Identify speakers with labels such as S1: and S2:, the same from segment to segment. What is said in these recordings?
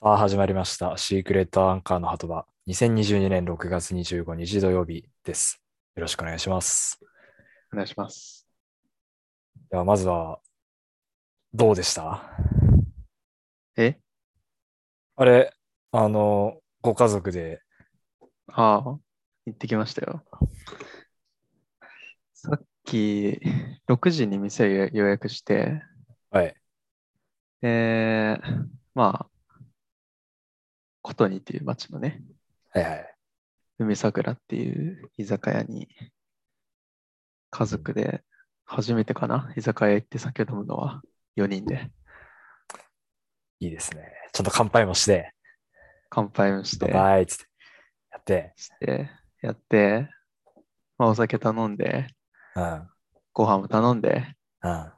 S1: さあ、始まりました。シークレットアンカーの鳩場。2022年6月25日土曜日です。よろしくお願いします。
S2: お願いします。
S1: では、まずは、どうでした
S2: え
S1: あれ、あの、ご家族で。
S2: ああ、行ってきましたよ。さっき、6時に店予約して、
S1: はい。
S2: で、まあ、コトニっていう町のね、
S1: はいはい、
S2: 海桜っていう居酒屋に家族で初めてかな、居酒屋行って酒飲むのは4人で。
S1: いいですね。ちゃんと乾杯もして。
S2: 乾杯もして。
S1: バイつって。やって。
S2: して、やって、まあ、お酒頼んで、
S1: うん、
S2: ご飯も頼んで、
S1: うん、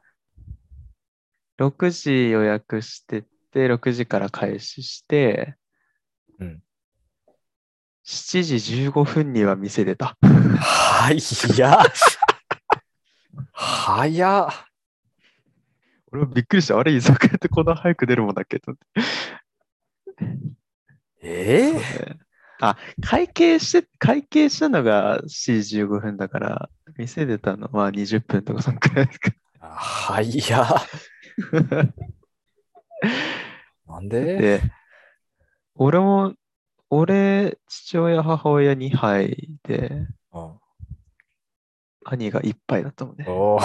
S2: 6時予約してて、6時から開始して、
S1: うん、
S2: 7時15分には店出た。
S1: はい、いや。 早っ。
S2: 俺もびっくりした。あれ、居酒屋ってこんな早く出るもんだっけと思
S1: って。ええーね、
S2: あ、会計して、会計したのが7時15分だから、店出たのは20分とかそんくらいですか。
S1: 早っ。なんで
S2: で俺も、俺、父親、母親2杯で、
S1: うん、
S2: 兄が1杯だったもんね。
S1: お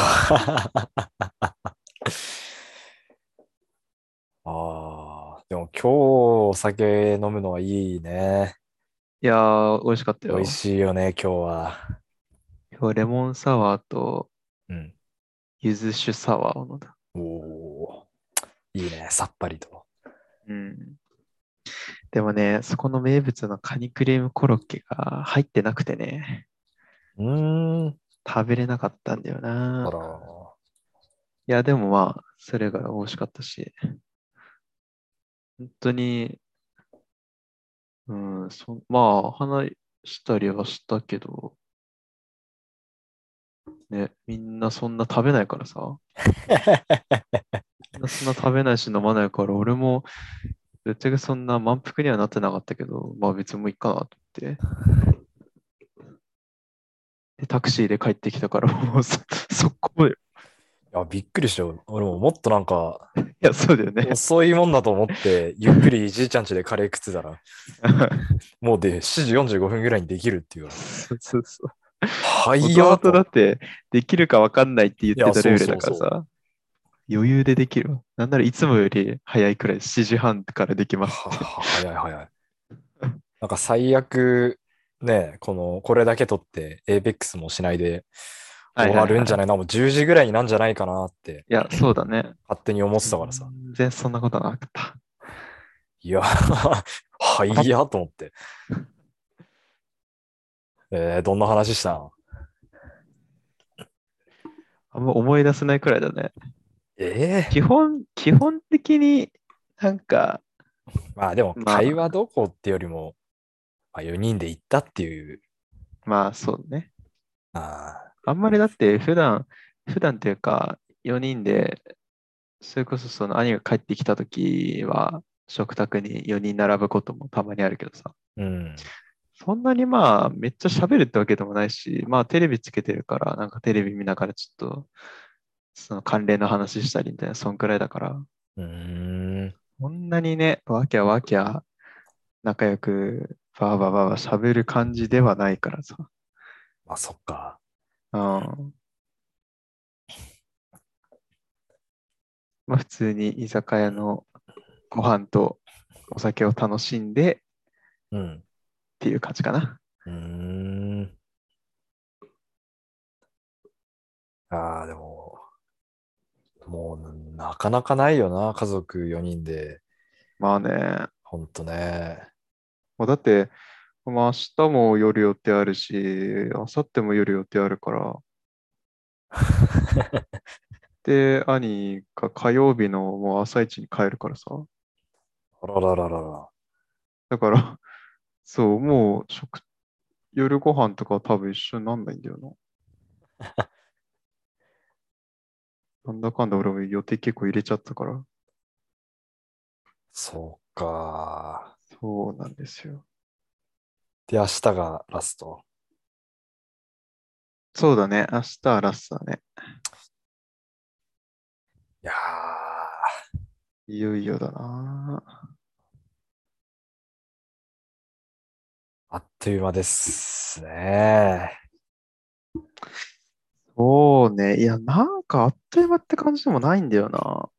S1: あでも今日お酒飲むのはいいね。
S2: いやー、美味しかったよ。
S1: 美味しいよね、今日は。
S2: 今日レモンサワーと、
S1: うん、
S2: ゆず酒サワーを飲んだ。
S1: おお、いいね、さっぱりと。
S2: うん。でもね、そこの名物のカニクリームコロッケが入ってなくて
S1: ね。うーん。
S2: 食べれなかったんだよな。
S1: あら。
S2: いや、でもまあ、それが美味しかったし。本当に、うん、そまあ、話したりはしたけど、ね、みんなそんな食べないからさ。 みんなそんな食べないし飲まないから、俺もぶっちゃけそんな満腹にはなってなかったけど、まあ別にもいいかなと思って。で、タクシーで帰ってきたから、もうそ、 そこで。い
S1: や、びっくりしたよ。俺ももっとなんか、
S2: いや、そうだよね。
S1: 遅いもんだと思って、ゆっくりじいちゃんちでカレー食ってたら、もうで、7時45分ぐらいにできるっていう。
S2: そうそうそう。
S1: はい
S2: や。とだって、できるかわかんないって言ってたルールだからさ。そうそうそう余裕でできる。なんならいつもより早いくらい、7時半からできます。
S1: 早い早い。なんか最悪、ね、この、これだけ取って、エイペックスもしないで終わるんじゃないな、もう10時ぐらいになんじゃないかなって。
S2: いや、そうだね。
S1: 勝手に思ってたからさ。
S2: 全然そんなことなかった。
S1: いや、はいや、と思って。えー、どんな話したの
S2: あんま思い出せないくらいだね。
S1: え
S2: ー、基本、基本的になんか。
S1: まあでも、会話どこってよりも、まあ、4人で行ったっていう。
S2: まあそうね。
S1: あ
S2: あんまりだって普段、普段というか、4人で、それこそその兄が帰ってきた時は、食卓に4人並ぶこともたまにあるけどさ。
S1: うん。
S2: そんなにまあ、めっちゃ喋るってわけでもないし、まあテレビつけてるから、なんかテレビ見ながらちょっと、その関連の話したりみたいな、そんくらいだから。
S1: うん。
S2: こんなにね、わきゃわきゃ、仲良く、ばあばばば喋る感じではないからさ。
S1: まあ、そっか。
S2: うん。まあ、普通に居酒屋のご飯とお酒を楽しんで、
S1: うん。
S2: っていう感じかな。
S1: うん。ああ、でも、もうなかなかないよな、家族4人で。
S2: まあね。
S1: ほんとね。
S2: もうだって、まあ、明日も夜予定あるし、明後日も夜予定あるから。で、兄が火曜日のもう朝一に帰るからさ。
S1: あららららら。
S2: だから、 そう、もう食、夜ご飯とかは多分一緒になんないんだよな。なんだかんだ俺も予定結構入れちゃったから。
S1: そうか。
S2: そうなんですよ。
S1: で、明日がラスト。
S2: そうだね。明日はラストだね。
S1: いやー、
S2: いよいよだな。
S1: あっという間ですね。
S2: そうね。いや、なんかあっという間って感じでもないんだよな。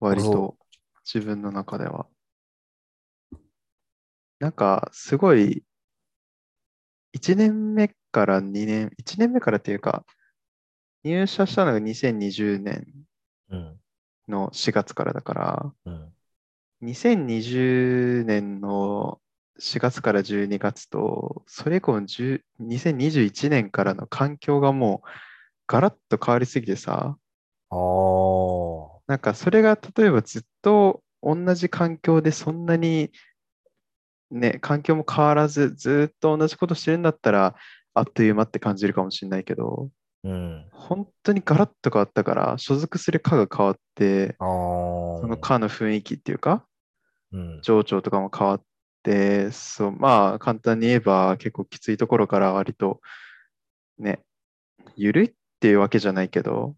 S2: 割と
S1: そ、
S2: 自分の中では。なんか、すごい、1年目から2年、1年目からっていうか、入社したのが2020年
S1: うん。
S2: の4月からだから、
S1: うん。
S2: 2020年の4月から12月と、それ以降の10 2021年からの環境がもうガラッと変わりすぎてさ、
S1: あー。
S2: なんかそれが例えばずっと同じ環境でそんなにね、環境も変わらずずっと同じことしてるんだったら、あっという間って感じるかもしれないけど、
S1: うん。
S2: 本当にガラッと変わったから、所属する課が変わって、
S1: あー。
S2: その課の雰囲気っていうか、
S1: うん。
S2: 情緒とかも変わって、そう、まあ、簡単に言えば、結構きついところから割と、ね、ゆるいっていうわけじゃないけど、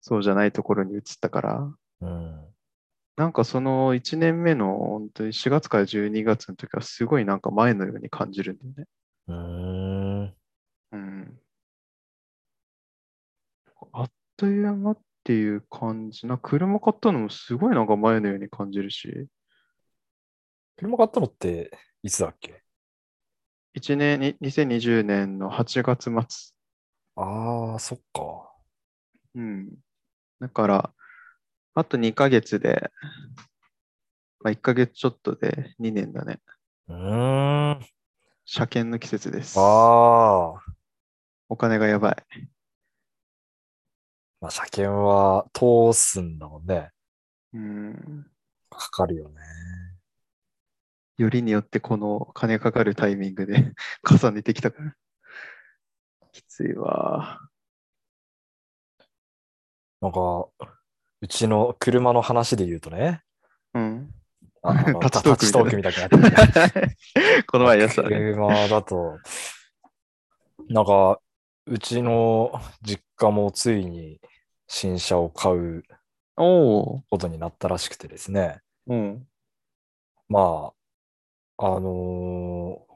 S2: そうじゃないところに移ったから、
S1: うん。
S2: なんかその1年目の、本当に4月から12月の時は、すごいなんか前のように感じるんだよね。
S1: うーん。
S2: うん。あっという間っていう感じな、車買ったのもすごいなんか前のように感じるし、
S1: 車買ったのって、いつだっけ
S2: 1年に、2020年の8月末。
S1: あー、そっか。
S2: うん。だから、あと2ヶ月で、まあ、1ヶ月ちょっとで2年だね。
S1: うーん。
S2: 車検の季節です。
S1: あー。
S2: お金がやばい。
S1: まあ、車検は通すんだもんね。
S2: うん。
S1: かかるよね。
S2: よりによってこの金かかるタイミングで 重ねてきたから。きついわ。
S1: なんか、うちの車の話で言うと ね、
S2: うん。
S1: ああの
S2: 立ちトーク
S1: 立ちトークみたいになってる
S2: この前やってたね。
S1: 車だと、なんか、うちの実家もついに新車を買う
S2: お
S1: ことになったらしくてですね。
S2: お。うん。
S1: まあ、あのー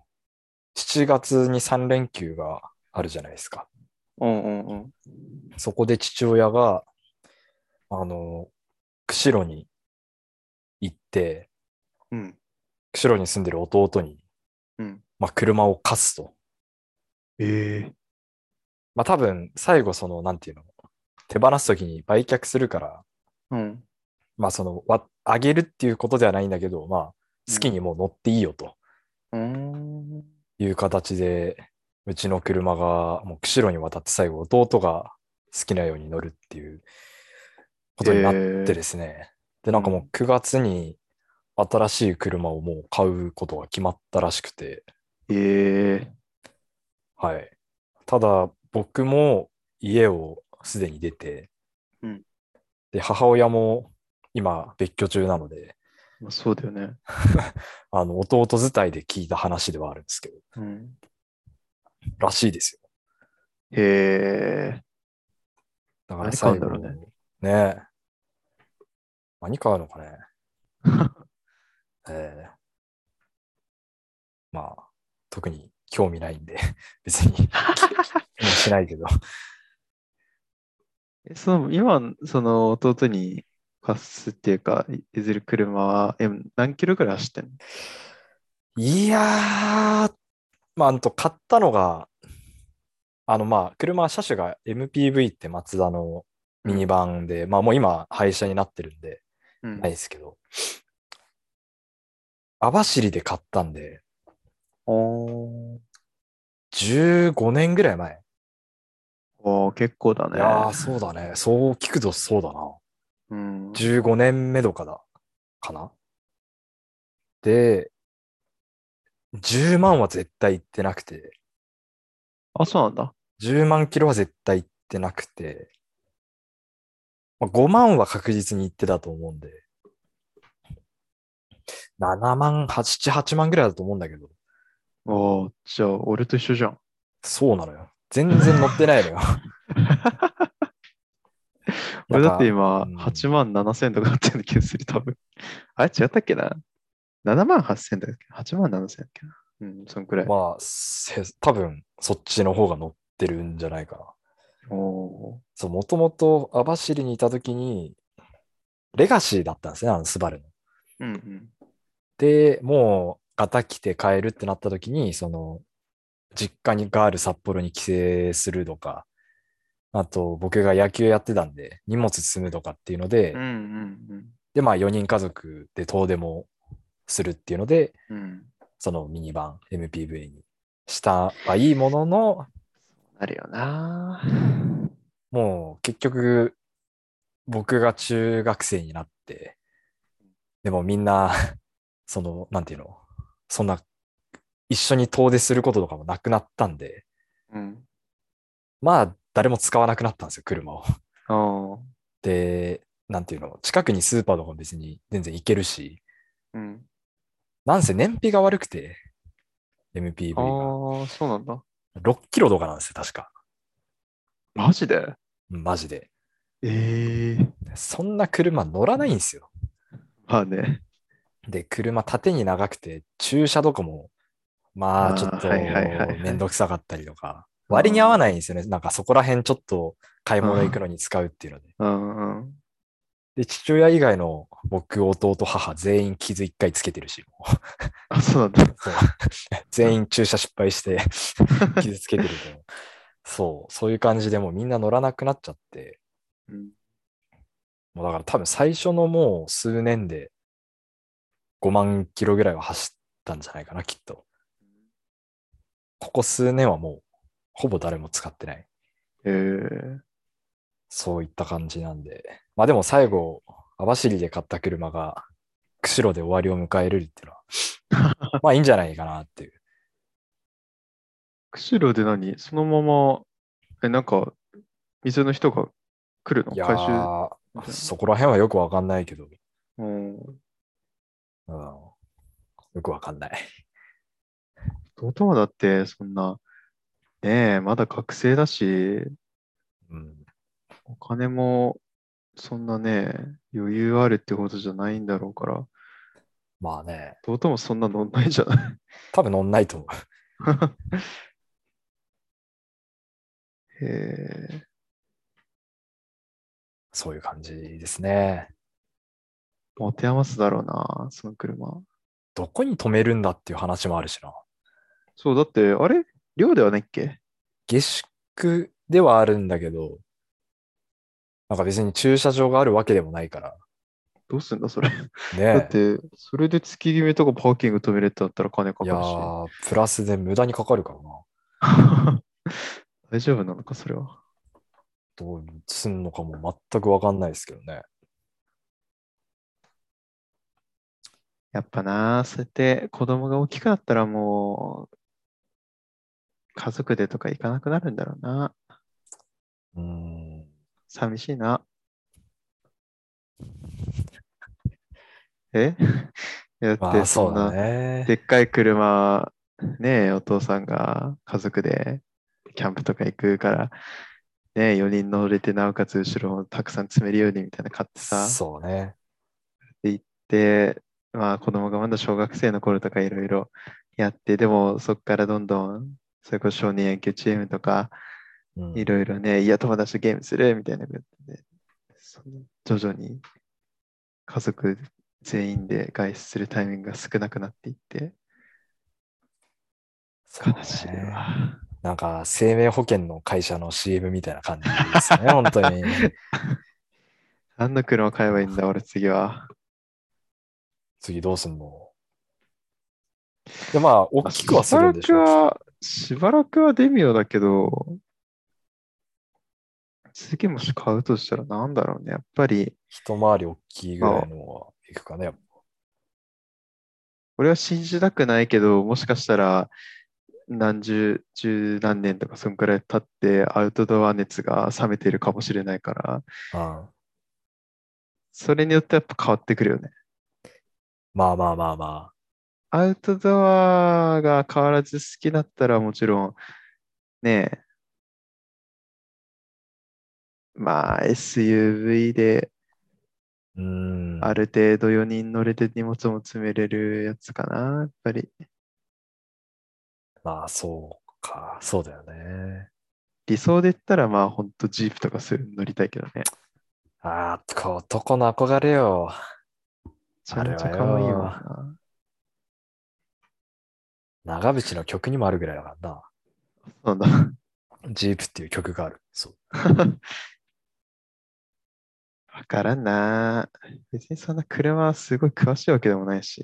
S1: 7月に3連休があるじゃないですか。
S2: うんうんうん。
S1: そこで父親が、あのー釧路に行って、
S2: うん。
S1: 釧路に住んでる弟に、
S2: うん
S1: まあ、車を貸すと。
S2: ええ
S1: まあ多分、最後その、なんていうの、手放すときに売却するから、
S2: うん。
S1: まあその、わあげるっていうことではないんだけど、まあ、好きにもう乗っていいよと
S2: うーん。
S1: いう形で、うちの車が、もう釧路に渡って最後、弟が好きなように乗るっていうことになっ
S2: え
S1: てですね。で、なんかもう9月に新しい車をもう買うことが決まったらしくて、
S2: ええ
S1: はい。ただ、僕も家をすでに出て、
S2: うん
S1: で、母親も今、別居中なので、
S2: まあそうだよね。
S1: あの、弟伝いで聞いた話ではあるんですけど、
S2: うん。
S1: らしいですよ。
S2: へえ。
S1: だから
S2: 何買
S1: 最
S2: うんだ
S1: 後
S2: ろうね
S1: にねえ。何買うのか ね。ええまあ、特に興味ないんで、 別に気にしないけど。
S2: えその今、その弟に貸すっていうか、いいずれ車はえ何キロぐらい走ってんの
S1: いやー、まあ、あのと、買ったのが、あの、まあ、車、車種が MPV ってマツダのミニバンで、まあ、もう今、廃車になってるんで、
S2: うん
S1: ないですけど、網走で買ったんで、
S2: おー
S1: 15年ぐらい前。
S2: おー、結構だ
S1: い
S2: ね。
S1: やー、そうだね。そう聞くとそうだな。
S2: うん、
S1: 15年目とかだ。かな。で、10万は絶対行ってなくて、
S2: あ、そうなんだ。
S1: 10万キロは絶対行ってなくて、まあ、5万は確実に行ってたと思うんで、 7万、8、8万ぐらいだと思うんだけど、
S2: おーじゃあ、俺と一緒じゃん。
S1: そうなのよ。全然乗ってないのよ。
S2: 俺だって今、
S1: うん
S2: 8万7千とかだったような気がする、多分。あれ違ったっけな ?7 万8千だっけ ?8 万7千だっけなうん、そんくらい。
S1: まあ、せ多分そっちの方が乗ってるんじゃないかな。
S2: お
S1: そう、もともと網走にいた時に、レガシーだったんですね、あのスバルの。
S2: ーうんうん。
S1: で、もう、ガタ来て帰るってなった時に、その、実家にがある札幌に帰省するとか、あと、僕が野球やってたんで、荷物積むとかっていうので、
S2: うんうん
S1: で、まあ、4人家族で遠出もするっていうので、
S2: うん。うん。
S1: そのミニバン、MPV にしたはいいものの、
S2: あるよな。
S1: もう結局、僕が中学生になって、でもみんな、 その、なんていうの、そんな、一緒に遠出することとかもなくなったんで、
S2: うん。
S1: まあ、誰も使わなくなったんですよ、車を。
S2: ああ。
S1: で、なんていうの、近くにスーパーとかも別に全然行けるし、
S2: うん。
S1: なんせ燃費が悪くて、MPV
S2: ああ
S1: が。
S2: ー、そうなんだ。
S1: 6キロとかなんですよ、確か。
S2: マジで
S1: うんマジで。
S2: ええー。
S1: そんな車乗らないんですよ。
S2: まあね。
S1: で、車縦に長くて、駐車とかも、まあ
S2: あー
S1: ちょっと
S2: はいはいはいはい
S1: めんどくさかったりとか、割に合わないんですよね。なんかそこら辺ちょっと買い物行くのに使うっていうので。
S2: うんうん。
S1: で、父親以外の僕、弟、母、全員傷一回つけてるし、もう
S2: あ、そうなんだ。
S1: そう全員駐車失敗して傷つけてるけど、そう、そういう感じでもうみんな乗らなくなっちゃって、
S2: うん
S1: もうだから多分最初のもう数年で5万キロぐらいは走ったんじゃないかな、きっと。ここ数年はもう、ほぼ誰も使ってない。
S2: ええー。
S1: そういった感じなんで。まあでも最後、網走で買った車が、釧路で終わりを迎えるっていうのは、まあいいんじゃないかなっていう。
S2: 釧路で何そのまま、え、なんか、店の人が来るの
S1: いや
S2: 回収
S1: ー、そこら辺はよくわかんないけど、
S2: うん。
S1: うん、よくわかんない。
S2: 弟はだって、そんな、ねえ、まだ学生だし、
S1: うん、
S2: お金も、そんなね、余裕あるってことじゃないんだろうから、
S1: まあね、
S2: 弟もそんな乗んないじゃない。
S1: 多分乗んないと思
S2: へえ。
S1: う。そういう感じですね。
S2: 持て余すだろうな、その車。
S1: どこに止めるんだっていう話もあるしな。
S2: そう、だって、あれ寮ではないっけ
S1: 下宿ではあるんだけど、なんか別に駐車場があるわけでもないから。
S2: どうすんだ、それ。だ
S1: ね
S2: っ。て、それで月決めとかパーキング止めれってなったら金かか
S1: いや
S2: るし。
S1: ー、プラスで無駄にかかるからな。
S2: 大丈夫なのか、それは。
S1: どうすんのかも全くわかんないですけどね。
S2: やっぱなあ、そうやって子供が大きくなったらもう、家族でとか行かなくなるんだろうな。
S1: うーん。
S2: 寂しいな。え いやだ
S1: ま
S2: って
S1: あそ
S2: そ
S1: うんだ
S2: な、
S1: ね。
S2: でっかい車、ねえ、お父さんが家族でキャンプとか行くから、ねえ、4人乗れて、なおかつ後ろをたくさん詰めるようにみたいなの買ってさ。
S1: そうね。
S2: で、まあ子供がまだ小学生の頃とかいろいろやって、でもそこからどんどん、それこそ少年野球チームとか、
S1: うん
S2: いろいろね、いや友達とゲームするみたいなことで、その徐々に家族全員で外出するタイミングが少なくなっていって、
S1: そうね
S2: 悲しいわ。
S1: なんか生命保険の会社の CM みたいな感じです ね、本当に。
S2: 何の車買えばいいんだ、俺次は。
S1: 次どうすんので、まあ、大きくはするんでし
S2: し
S1: ょ
S2: ばらく
S1: う。
S2: は、しばらくはデミオだけど、次もし買うとしたらなんだろうね。やっぱり、
S1: 一回り大きいぐらいのはいくかね。
S2: 俺は信じたくないけど、もしかしたら、何十、十何年とか、そんくらい経って、アウトドア熱が冷めているかもしれないから、
S1: うん。
S2: それによってやっぱ変わってくるよね。
S1: まあまあまあま
S2: アウトドアが変わらず好きだったらもちろん、ねえ、まあ SUV で
S1: あ。うーん。
S2: ある程度4人乗れて荷物も積めれるやつかな、やっぱり。
S1: まあ、そうか。そうだよね。
S2: 理想で言ったらまあほんとジープとかそういうの乗りたいけどね。
S1: ああ、こう男の憧れよ。
S2: めちゃめちゃ可愛いわな。
S1: 長渕の曲にもあるぐらいだからな。
S2: そうなんだ。
S1: ジープっていう曲がある。そう。
S2: わからんな。別にそんな車はすごい詳しいわけでもないし、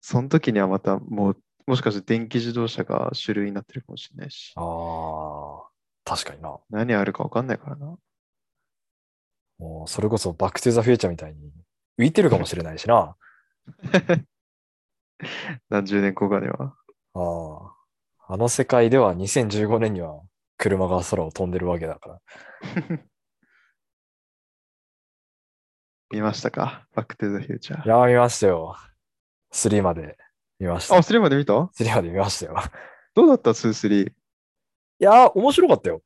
S2: その時にはまたもう、もしかして電気自動車が主流になってるかもしれないし、
S1: ああ、確かにな。
S2: 何あるかわかんないからな。
S1: もうそれこそバックトゥザフューチャーみたいに浮いてるかもしれないしな。
S2: 何十年後かには。
S1: ああ。あの世界では2015年には車が空を飛んでるわけだから。
S2: 見ましたかバックトゥザフューチャ
S1: い
S2: ー。
S1: や、見ましたよ。3まで見ました
S2: あ、。スリーまで見た
S1: 3まで見ましたよ。
S2: どうだったツースリー。
S1: いやー、面白かったよ。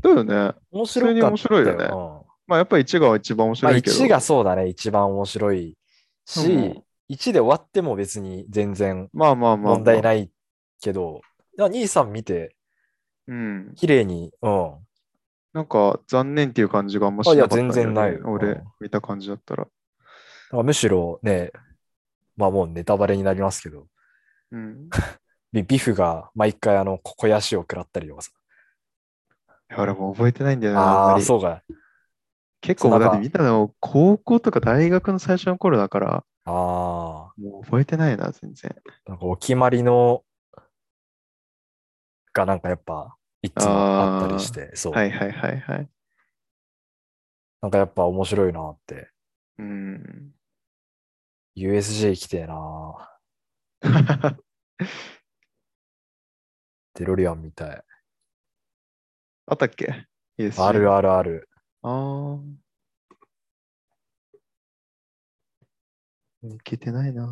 S2: だよね。
S1: 面
S2: 通
S1: 白かった
S2: に面白いよね
S1: うん
S2: まあやっぱ1が一番面
S1: まあ、
S2: 白いけど。
S1: 1がそうだね、一番面白いし、
S2: うん
S1: 1で終わっても別に全然
S2: まあまあまあ、
S1: 問題
S2: い。
S1: ないけど、だから2、3見て、
S2: うん。
S1: 綺麗に、うん、
S2: なんか残念っていう感じがあんましなかったんだよね、
S1: あいや全然ない
S2: 俺、
S1: うん
S2: 見た感じだったら。
S1: だからむしろね、まあもうネタバレになりますけど、
S2: うん。
S1: ビビフが毎回あの、こ肥やしを食らったりとかさ。
S2: いや俺もう覚えてないんだよな、あん
S1: あ
S2: ま
S1: あ、
S2: り。
S1: そうか。
S2: 結構
S1: そうな
S2: だ
S1: ん
S2: っ
S1: か
S2: て見たの高校とか大学の最初の頃だから、
S1: あ
S2: もう覚えてないな、全然。
S1: あ、なんかお決まりの、がなんかやっぱ、いつもあったりして、そう。
S2: はいはいはいはい。
S1: なんかやっぱ面白いなって。
S2: うん。
S1: USJ 行きてえなデロリアンみたい。
S2: あったっけイエス。
S1: あるあるある。
S2: あー。いけてないな。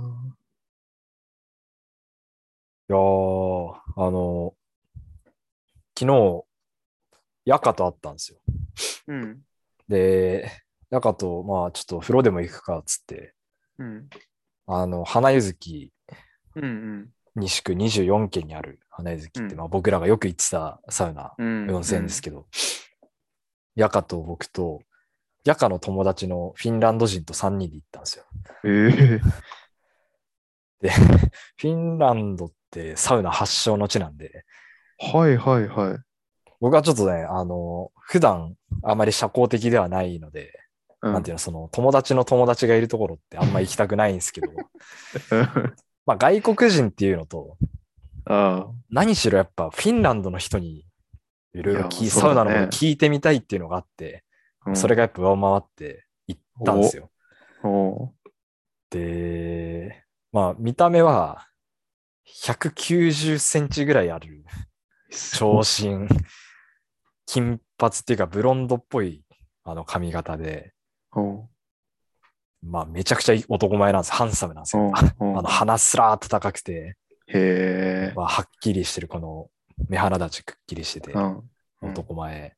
S1: いやー、あの、昨日、ヤカと会ったんですよ。
S2: うん。
S1: で、ヤカと、まあ、ちょっと風呂でも行くかっつって、
S2: うん。
S1: あの、花ゆずき
S2: うん
S1: 西区24軒にある花ゆずきって、
S2: うん
S1: まあ、僕らがよく行ってたサウナ、
S2: うん。
S1: 温泉ですけど、ヤカと僕と、ヤカの友達のフィンランド人と3人で行ったんですよ。
S2: ど。ええ
S1: で、フィンランドってサウナ発祥の地なんで、
S2: はいはいはい。
S1: 僕はちょっとね、あの、普段あまり社交的ではないので、
S2: うん
S1: なんていうの、その友達の友達がいるところってあんま行きたくないんです けど、
S2: うん
S1: まあ外国人っていうのと、
S2: あ
S1: 何しろやっぱフィンランドの人にいろいろ
S2: い
S1: 聞い
S2: や
S1: サウナのこ
S2: そうだ
S1: と
S2: ね
S1: 聞いてみたいっていうのがあって、
S2: あ。
S1: それがやっぱ上回って行ったんですよ。
S2: うん。お
S1: で、まあ見た目は190センチぐらいある長
S2: 子。
S1: 身、金髪っていうかブロンドっぽいあの髪型で、
S2: お
S1: まあ、めちゃくちゃ男前なんです。ハンサムなんですよ。あ
S2: お
S1: の、鼻すらーっと高くて、
S2: へえ。
S1: まあ、はっきりしてる、この、目鼻立ちくっきりしてて
S2: う、ん。うん
S1: 男前。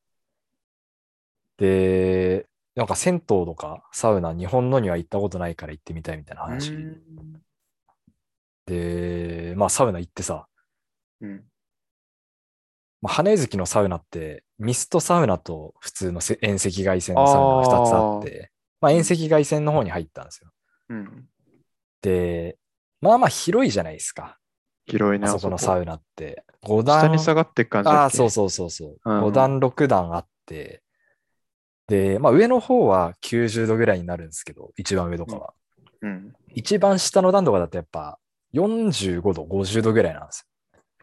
S1: で、なんか銭湯とかサウナ、日本のには行ったことないから行ってみたいみたいな話。で、まあ、サウナ行ってさ、
S2: うん。
S1: まあ、羽根月のサウナって、ミストサウナと普通のせ遠赤外線
S2: あ
S1: の
S2: ー
S1: サウナが2つあって、まあ、遠赤外線の方に入ったんですよ。
S2: うん。
S1: で、まあまあ広いじゃないですか。
S2: 広い
S1: あ
S2: な。
S1: そこのサウナって。5
S2: 下
S1: 段。
S2: に下がってく感じだっけ
S1: ああ、そうそうそうそう。
S2: うんうん
S1: 5段、6段あって、で、まあ上の方は90度ぐらいになるんですけど、一番上とかは。
S2: うん。
S1: 一番下の段とかだとやっぱ45度、50度ぐらいなんです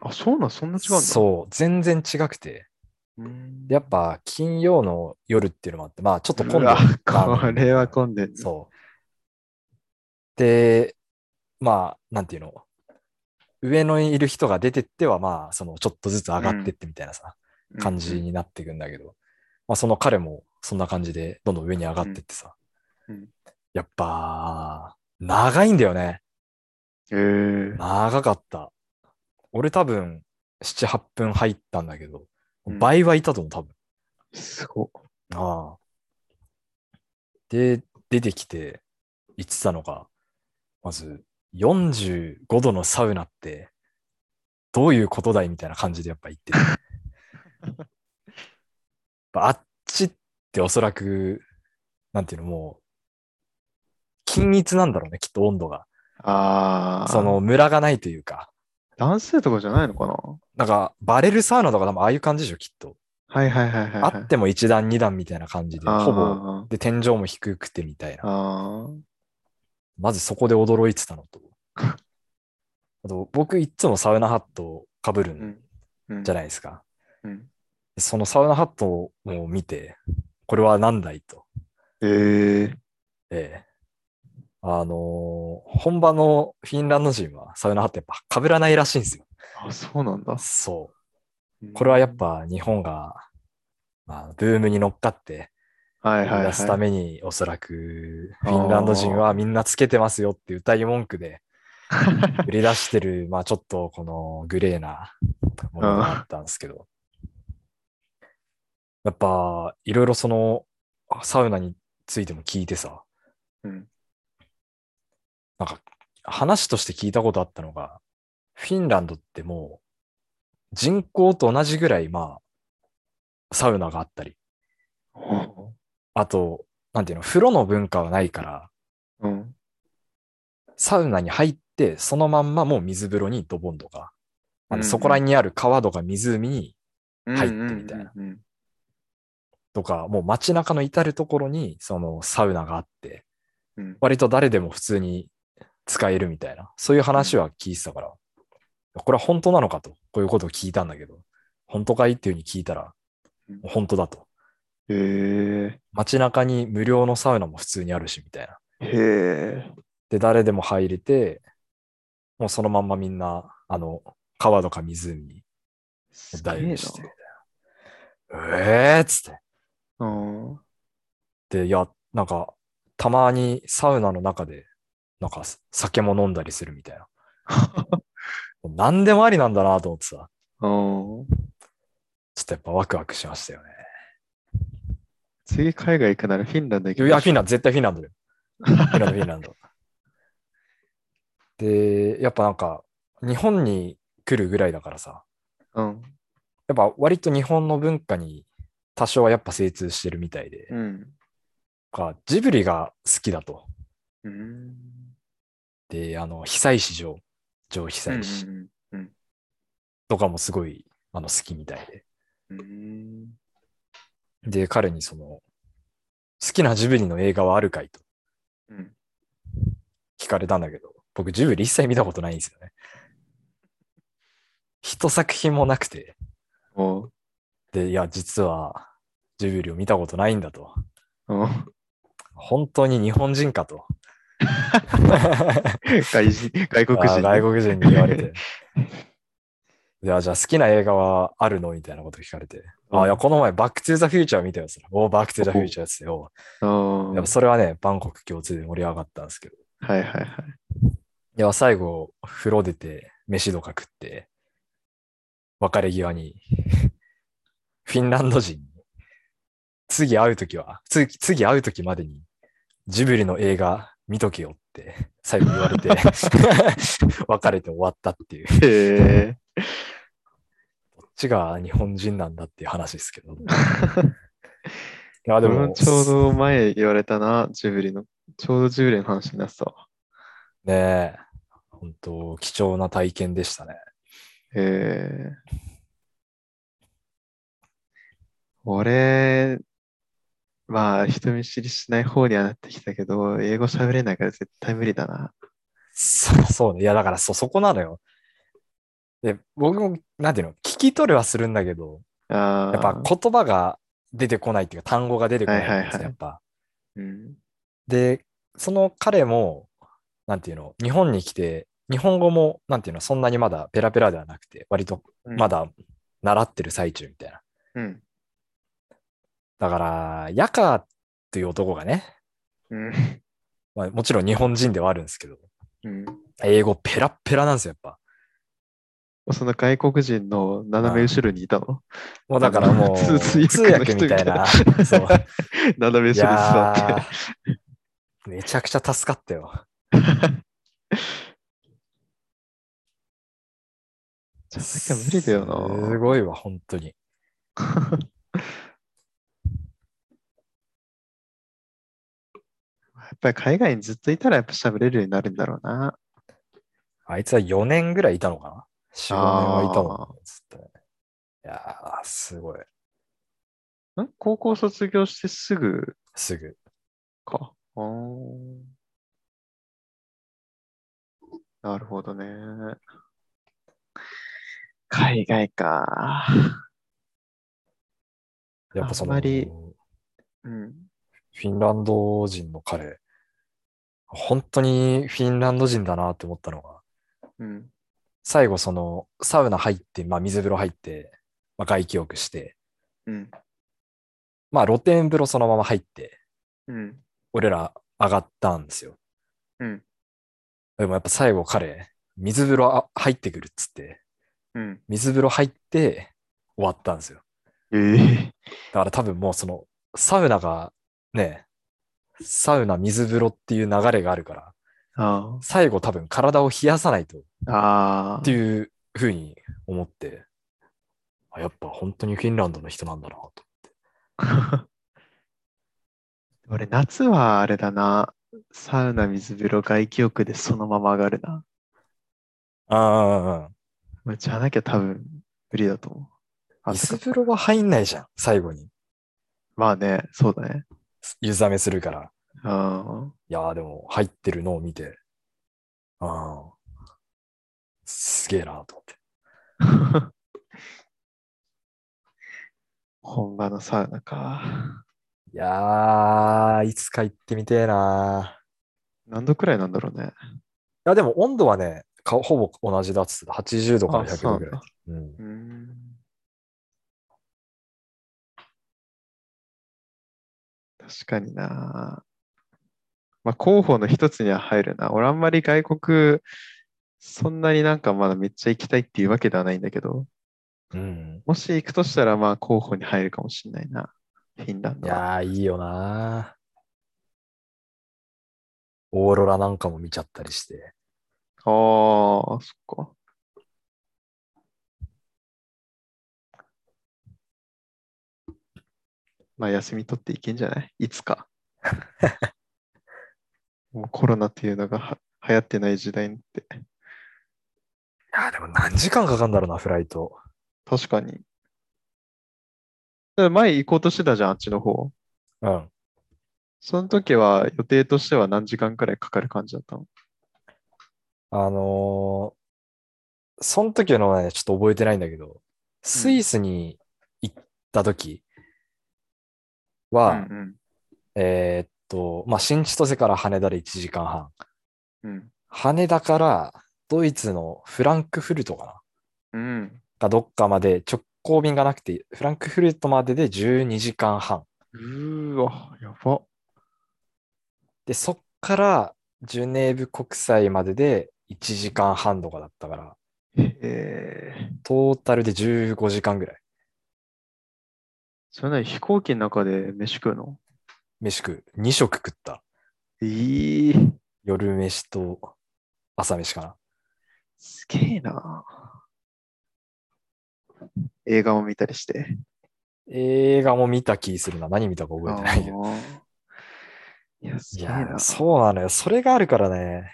S2: あ、そうなん、そんな違うん
S1: よ。
S2: だ。
S1: そう、全然違くて。
S2: うん。
S1: でやっぱ金曜の夜っていうのもあって、まあちょっと混ん
S2: う
S1: で
S2: わ
S1: たんで
S2: これは混んでる。
S1: そう。で、まあ、なんていうの上のいる人が出てっては、まあ、そのちょっとずつ上がってってみたいなさ、
S2: うん
S1: 感じ。になっていくんだけど、まあ、その彼もそんな感じで、どんどん上に上がってってさ、
S2: うんうん
S1: やっぱ、長いんだよね。
S2: えー、
S1: 長かった。俺多分、7、8分入ったんだけど、
S2: うん
S1: 倍はいたと思う、多分。
S2: すごっ。
S1: ああ。で、出てきて言ってたのが、まず、45度のサウナって、どういうことだいみたいな感じでやっぱ言っててやっぱあっちっておそらく、なんていうの、もう、均一なんだろうね、きっと温度が。
S2: ああ、
S1: その、ムラがないというか。
S2: 男性とかじゃないのかな
S1: なんか、バレルサウナとか多分ああいう感じでしょ、きっと。
S2: はいはいはいはい、はい。
S1: あっても1段、2段みたいな感じで、
S2: あー
S1: ほぼ。で、天井も低くてみたいな。
S2: あー
S1: まずそこで驚いてたのと。あと、僕いつもサウナハットをかぶる
S2: うんん。うん、
S1: じゃ
S2: ない。
S1: ないですか。
S2: うん、
S1: そのサウナハットを見て、これは何だいと。
S2: えー、
S1: ええあのー本場のフィンランド人はサウナハットやっぱかぶらないらしいんですよ。
S2: あ、そうなんだ。
S1: そう。これはやっ、ぱ日本が、まあ、ブームに乗っかって、
S2: はいはい、
S1: 出すた
S2: はい。
S1: めにおそらくフィンランド人はみんなつけてますよって歌い文句 で売り出してる、まあちょっとこのグレーなものだったんですけど、やっぱいろいろそのサウナについても聞いてさ、
S2: うん
S1: なんか話として聞いたことあったのが、フィンランドってもう人口と同じぐらいまあサウナがあったり、
S2: ほ
S1: あと、なんていうの、風呂の文化はないから、
S2: ううん。
S1: サウナに入って、そのまんまもう水風呂にドボンとか、あ
S2: うんう
S1: の
S2: ん
S1: そこら辺にある川とか湖に、入
S2: 入
S1: ってみたいな。
S2: うんうん
S1: とか、もう街中の至るところに、そのサウナがあって、
S2: うん
S1: 割と誰でも普通に使えるみたいな、そういう話は聞いてたから、これは本当なのかと、こういうことを聞いたんだけど、本当かいっていうふうに聞いたら
S2: うん、
S1: 本当だと。
S2: へえ
S1: 街中に無料のサウナも普通にあるし、みたいな。
S2: ー、へ
S1: で、誰でも入れて、もうそのまんまみんな、あの、川とか湖に
S2: ー。
S1: ダイブし
S2: す
S1: て
S2: げえ。
S1: えーっつっ
S2: なうん
S1: て。で、いや、なんか、たまにサウナの中で、なんか、酒も飲んだりするみ たいな。何でもありなんだなと思ってさ、
S2: うん。
S1: ちょっとやっぱワクワクしましたよね。
S2: 次海外行くならフィンランド行
S1: い
S2: きましょう
S1: や、フィンランド、絶対フィンランドだよ。フィンランド、フィンランド。で、やっぱなんか、日本に来るぐらいだからさ、
S2: うん。
S1: やっぱ割と日本の文化に多少はやっぱ精通してるみたいで、
S2: うん。
S1: がジブリが好きだと。
S2: うん。
S1: で、あの、久石城、城
S2: う
S1: 久
S2: ん
S1: 石
S2: うん
S1: とかもすごい、あの、好きみたいで。
S2: うん。
S1: で、彼にその、好きなジブリの映画はあるかいと
S2: うん。
S1: 聞かれたんだけど、僕ジブリ一切見たことないんですよね。一作品もなくて、
S2: おう。
S1: で、いや、実はジブリを見たことないんだと。
S2: おう
S1: 本当に日本人か と。
S2: 外 人、外国
S1: あ
S2: 人。
S1: ー外国人に言われて。 いや、じゃあ好きな映画はあるのみたいなこと聞かれて。あーいや、この前、バックトゥーザフューチャー見たよ。それおバックトゥーザフューチャーですよ。
S2: おう
S1: やっぱそれはね、バンコク共通で盛り上がったんですけど。い
S2: はいはいはい。
S1: や、最後、風呂出て、飯とか食って、別れ際に、フィンランド人に、次会うときは、次、次会うときまでに、ジブリの映画見とけよって、最後言わ れて、別れて終わったっていう。
S2: へえ。
S1: こっちが日本人なんだっていう話です けど。いや、で
S2: でも
S1: も、
S2: ちょうど前言われたな、ジブリの。ちょうどジブリの話になってたわ。
S1: ねえ、本当貴重な体験でしたね。
S2: へえ。俺、まあ、人見知りしない方にはなってきたけど、英語喋れないから絶対無理だな。
S1: そそうね。いや、だからそ、そこなのよ。で、僕も、なんていうの、聞き取れはするんだけど、
S2: ああ。
S1: やっぱ言葉が出てこないっていうか、単語が出てこないんですよ、
S2: はいはいはい
S1: やっぱ。
S2: うん。
S1: で、その彼も、なんていうの、日本に来て、日本語も、なんていうの、そんなにまだペラペラではなくて、割とまだ習ってる最中みたいな。
S2: うん。
S1: だから、ヤカっていう男がね、
S2: うん。
S1: まあ、もちろん日本人ではあるんですけど、
S2: うん。
S1: 英語ペラッペラなんですよ、やっぱ。
S2: その外国人の斜め後ろにいたの
S1: もうだからも
S2: 通
S1: う、
S2: 通訳の人
S1: 通訳みたい な。そう
S2: 斜め
S1: い
S2: 後ろに座って。
S1: やーめちゃくちゃ助かったよ。
S2: じゃなきゃ無理だよ
S1: す
S2: な。
S1: ごいわ、本当に。
S2: やっぱり海外にずっといたらやっぱ喋れるようになるんだろうな。
S1: あいつは4年ぐらいいたのかな ?4、5年はいたもんね
S2: あ
S1: ずっとね。いやー、すごい。
S2: ん高校卒業してすぐ
S1: すぐ。
S2: か。あーなるほどね。海外か。
S1: やっぱそ
S2: あん
S1: の、
S2: ま
S1: フ
S2: り
S1: ィ
S2: うん。
S1: ンランド人の彼、本当にフィンランド人だなって思ったのが、
S2: うん。
S1: 最後その、サウナ入って、まあ水風呂入って、まあ外気浴して、
S2: うん。
S1: まあ露天風呂そのまま入って、
S2: うん。
S1: 俺ら上がったんですよ。
S2: うん。
S1: でもやっぱ最後彼、水風呂あ入ってくるっつって、
S2: うん。
S1: 水風呂入って終わったんですよ。
S2: ええ
S1: だから多分もうその、サウナがね、サウナ、水風呂っていう流れがあるから、
S2: あ
S1: 最後多分体を冷やさないとっ
S2: あ。ああ
S1: て。いうふうに思って、あやっぱ本当にフィンランドの人なんだなと。
S2: 俺、夏はあれだな。サウナ、水風呂、外気浴でそのまま上がるな。
S1: ああ、
S2: まあじゃなきゃ多分無理だと思う。あ
S1: 水
S2: てか
S1: 風呂は入んないじゃん、最後に。
S2: まあね、そうだね。
S1: 湯冷めするから。
S2: うん。
S1: いやーでも入ってるのを見て、ああ、すげえなと思って。
S2: 本場のサウナか。
S1: いやー、いつか行ってみてえな
S2: 何度くらいなんだろうね。
S1: いや、でも温度はね、かほぼ同じだっつってた。80度から
S2: あ
S1: 100
S2: そう
S1: 度
S2: なん
S1: ぐらい
S2: だ。
S1: うん。
S2: うん。確かにな。まあ、候補の一つには入るな。俺あんまり外国、そんなになんかまだめっちゃ行きたいっていうわけではないんだけど、
S1: うん、
S2: もし行くとしたらまあ候補に入るかもしれないな。フィンラン
S1: い
S2: ドは。
S1: やー、いいよなオーロラなんかも見ちゃったりして。
S2: ああ、そっか。まあ、休み取っていけんじゃないいつか。もうコロナっていうのがは流行ってない時代って。
S1: いやー、でも何時間かかんだろうな、フライト。
S2: 確かに。だから前行こうとしてたじゃん、あっちの方。
S1: うん。
S2: その時は予定としては何時間くらいかかる感じだったの
S1: あのーその時のはね、ちょっと覚えてないんだけど、スイスに行った時は、
S2: うん
S1: えーっと、まあ、新千歳から羽田で1時間半。
S2: うん。
S1: 羽田からドイツのフランクフルトかな
S2: うん。うん。
S1: がどっかまで直行便がなくて、フランクフルトまでで12時間半。
S2: うーわ、やば。
S1: で、そっからジュネーブ国際までで1時間半とかだったから、
S2: えー。
S1: トータルで15時間ぐらい
S2: それなに飛行機の中で飯食うの
S1: 飯食う。2食食った。
S2: いい。
S1: 夜飯と朝飯かな。
S2: すげえな。映画を見たりして。
S1: 映画も見た気するな。何見たか覚えてないけど。
S2: あーいや、す
S1: い
S2: げえ
S1: やー、
S2: な。
S1: そうなのよ。それがあるからね。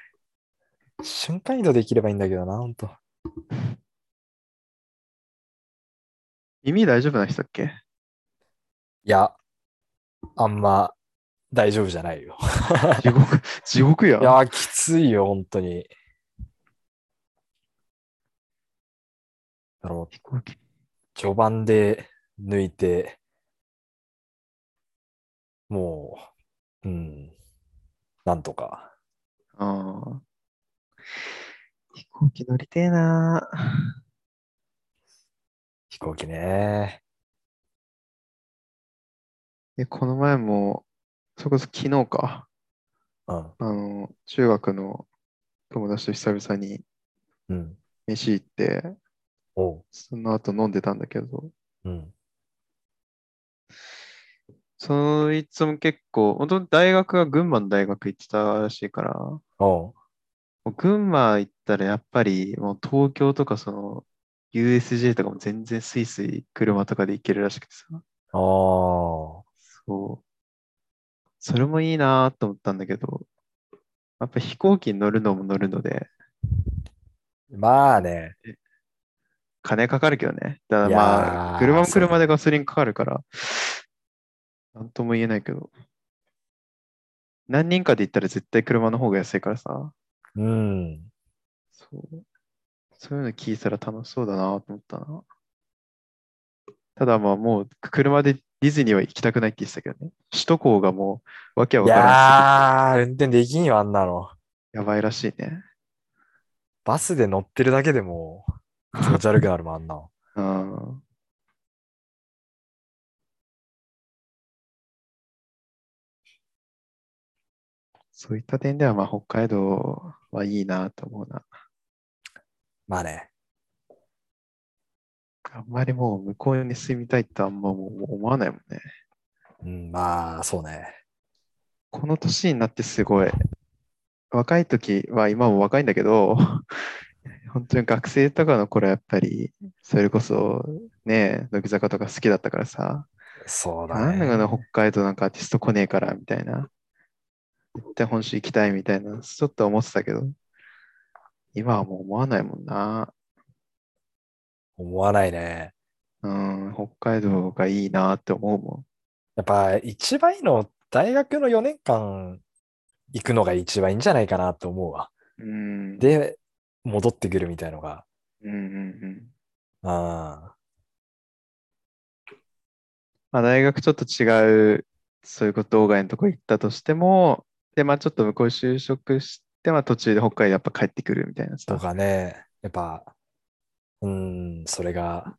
S1: 瞬間移動できればいいんだけどな、ほんと。
S2: 耳大丈夫な人だっ け
S1: いや、あんま大丈夫じゃないよ。
S2: 地獄、地獄や。
S1: いやー、きついよ、本当に。だろ
S2: 飛行機。
S1: う、序盤で抜いて、もう、うん、なんとか。
S2: ああ。飛行機乗りてえな。
S1: 飛行機ね。
S2: え、この前も、それこそ昨日か。
S1: うん。
S2: あの、中学の友達と久々に
S1: うん。
S2: 飯行って、
S1: おう。
S2: その後飲んでたんだけど、
S1: うん。
S2: そいつも結構、本当に大学が群馬の大学行ってたらしいから、も
S1: おう。
S2: う群馬行ったらやっぱりもう東京とかその USJ とかも全然スイスイ車とかで行けるらしくてさ、
S1: ああ。
S2: そう。それもいいなと思ったんだけど、やっぱ飛行機に乗るのも乗るので、
S1: まあね。
S2: 金かかるけどね。ただ
S1: いや
S2: ま
S1: ー
S2: あ、車も
S1: そう
S2: 車でガソリンかかるから、なんとも言えないけど。何人かで行ったら絶対車の方が安いからさ。
S1: うん。
S2: そう。そういうの聞いたら楽しそうだなと思ったな。ただまあもう、車でディズニーは行きたくないって言ってたけどね。首都高がもう、わけわ
S1: い
S2: からん
S1: やー、運転できんよ、あんなの。
S2: やばいらしいね。
S1: バスで乗ってるだけでもう気持ち悪くなるもん、あんなの。
S2: うん。そういった点では、まあ、北海道はいいなと思うな。
S1: まあね。
S2: あんまりもう向こうに住みたいってあんまもう思わないもんね。
S1: うん、まあ、そうね。
S2: この年になってすごい。若い時は今も若いんだけど、 本当に学生とかの頃はやっぱり、それこそね、乃木坂とか好きだったからさ、
S1: そうだ
S2: なんだ
S1: ね。
S2: かな、北海道なんかアーティスト来ねえから、みたいな。絶対本州行きたいみたいな、ちょっと思ってたけど、今はもう思わないもんな。
S1: 思わないね。
S2: うん、北海道がいいなって思うも
S1: やっぱ一番いいの、大学の4年間行くのが一番いいんじゃないかなと思うわ。
S2: ん。うん、
S1: で、戻ってくるみたいのが。
S2: うんうんうん。
S1: あ
S2: まあ、大学ちょっと違う、そういうこと道外のとこ行ったとしても、で、まあちょっと向こう就職して、まあ途中で北海道やっぱ帰ってくるみたいな
S1: あ、と
S2: さ。
S1: かね。やっぱ、うん、それが、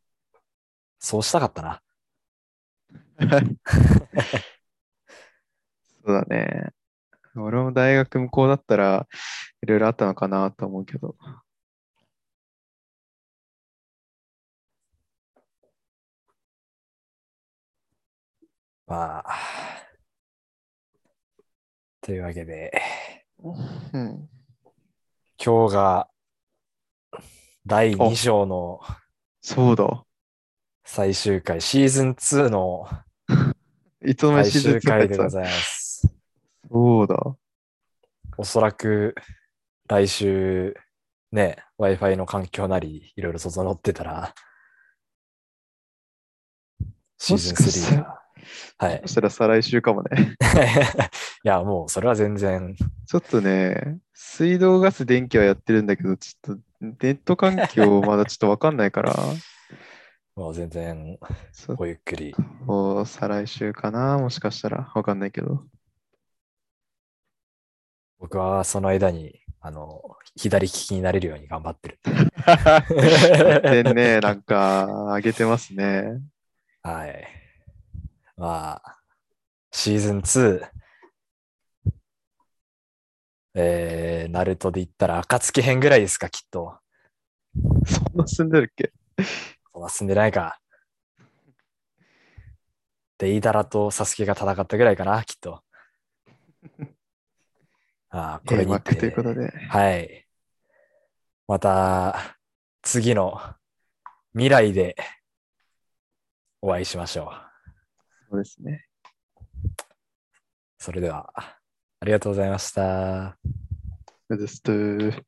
S1: そうしたかったな。
S2: そうだね。俺も大学向こうだったらいろいろあったのかなと思うけど。
S1: まあ。というわけで、
S2: うん。
S1: 今日が第
S2: お
S1: 2章の
S2: そうだ。
S1: 最終回、シーズン2の
S2: いつの間に
S1: 最
S2: シーズン
S1: 終回
S2: 2
S1: で
S2: だ
S1: ご
S2: った。
S1: ざいます。
S2: そうだ。
S1: おそらく来週、ね、Wi-Fi の環境なり、いろいろ整ってたら、シーズン
S2: もしかした
S1: 3
S2: ら
S1: が。はい
S2: そ。したら再来週かもね。
S1: いや、もうそれは全然、
S2: ちょっとね、水道、ガス、電気はやってるんだけど、ちょっとネット環境まだちょっとわかんないから、
S1: もう全然、
S2: そ
S1: ごゆっくり。
S2: う、再来週かな、もしかしたらわかんないけ ど。
S1: 僕はその間に、あの、左利きになれるように頑張ってる。
S2: やってんね、なんか、上げてますね。
S1: はい。まあ、シーズン2、えー、ナルトで言ったら、暁編ぐらいですか、きっと。
S2: そんな進んでるっけ
S1: そんな進んでないか。デイダラとサスケが戦ったぐらいかな、きっ と。ああ、これに
S2: マッ
S1: て
S2: クということで。
S1: はい。また、次の未来でお会いしましょ
S2: そうですね。
S1: う。それでは、ありがとうございました。
S2: うずすとー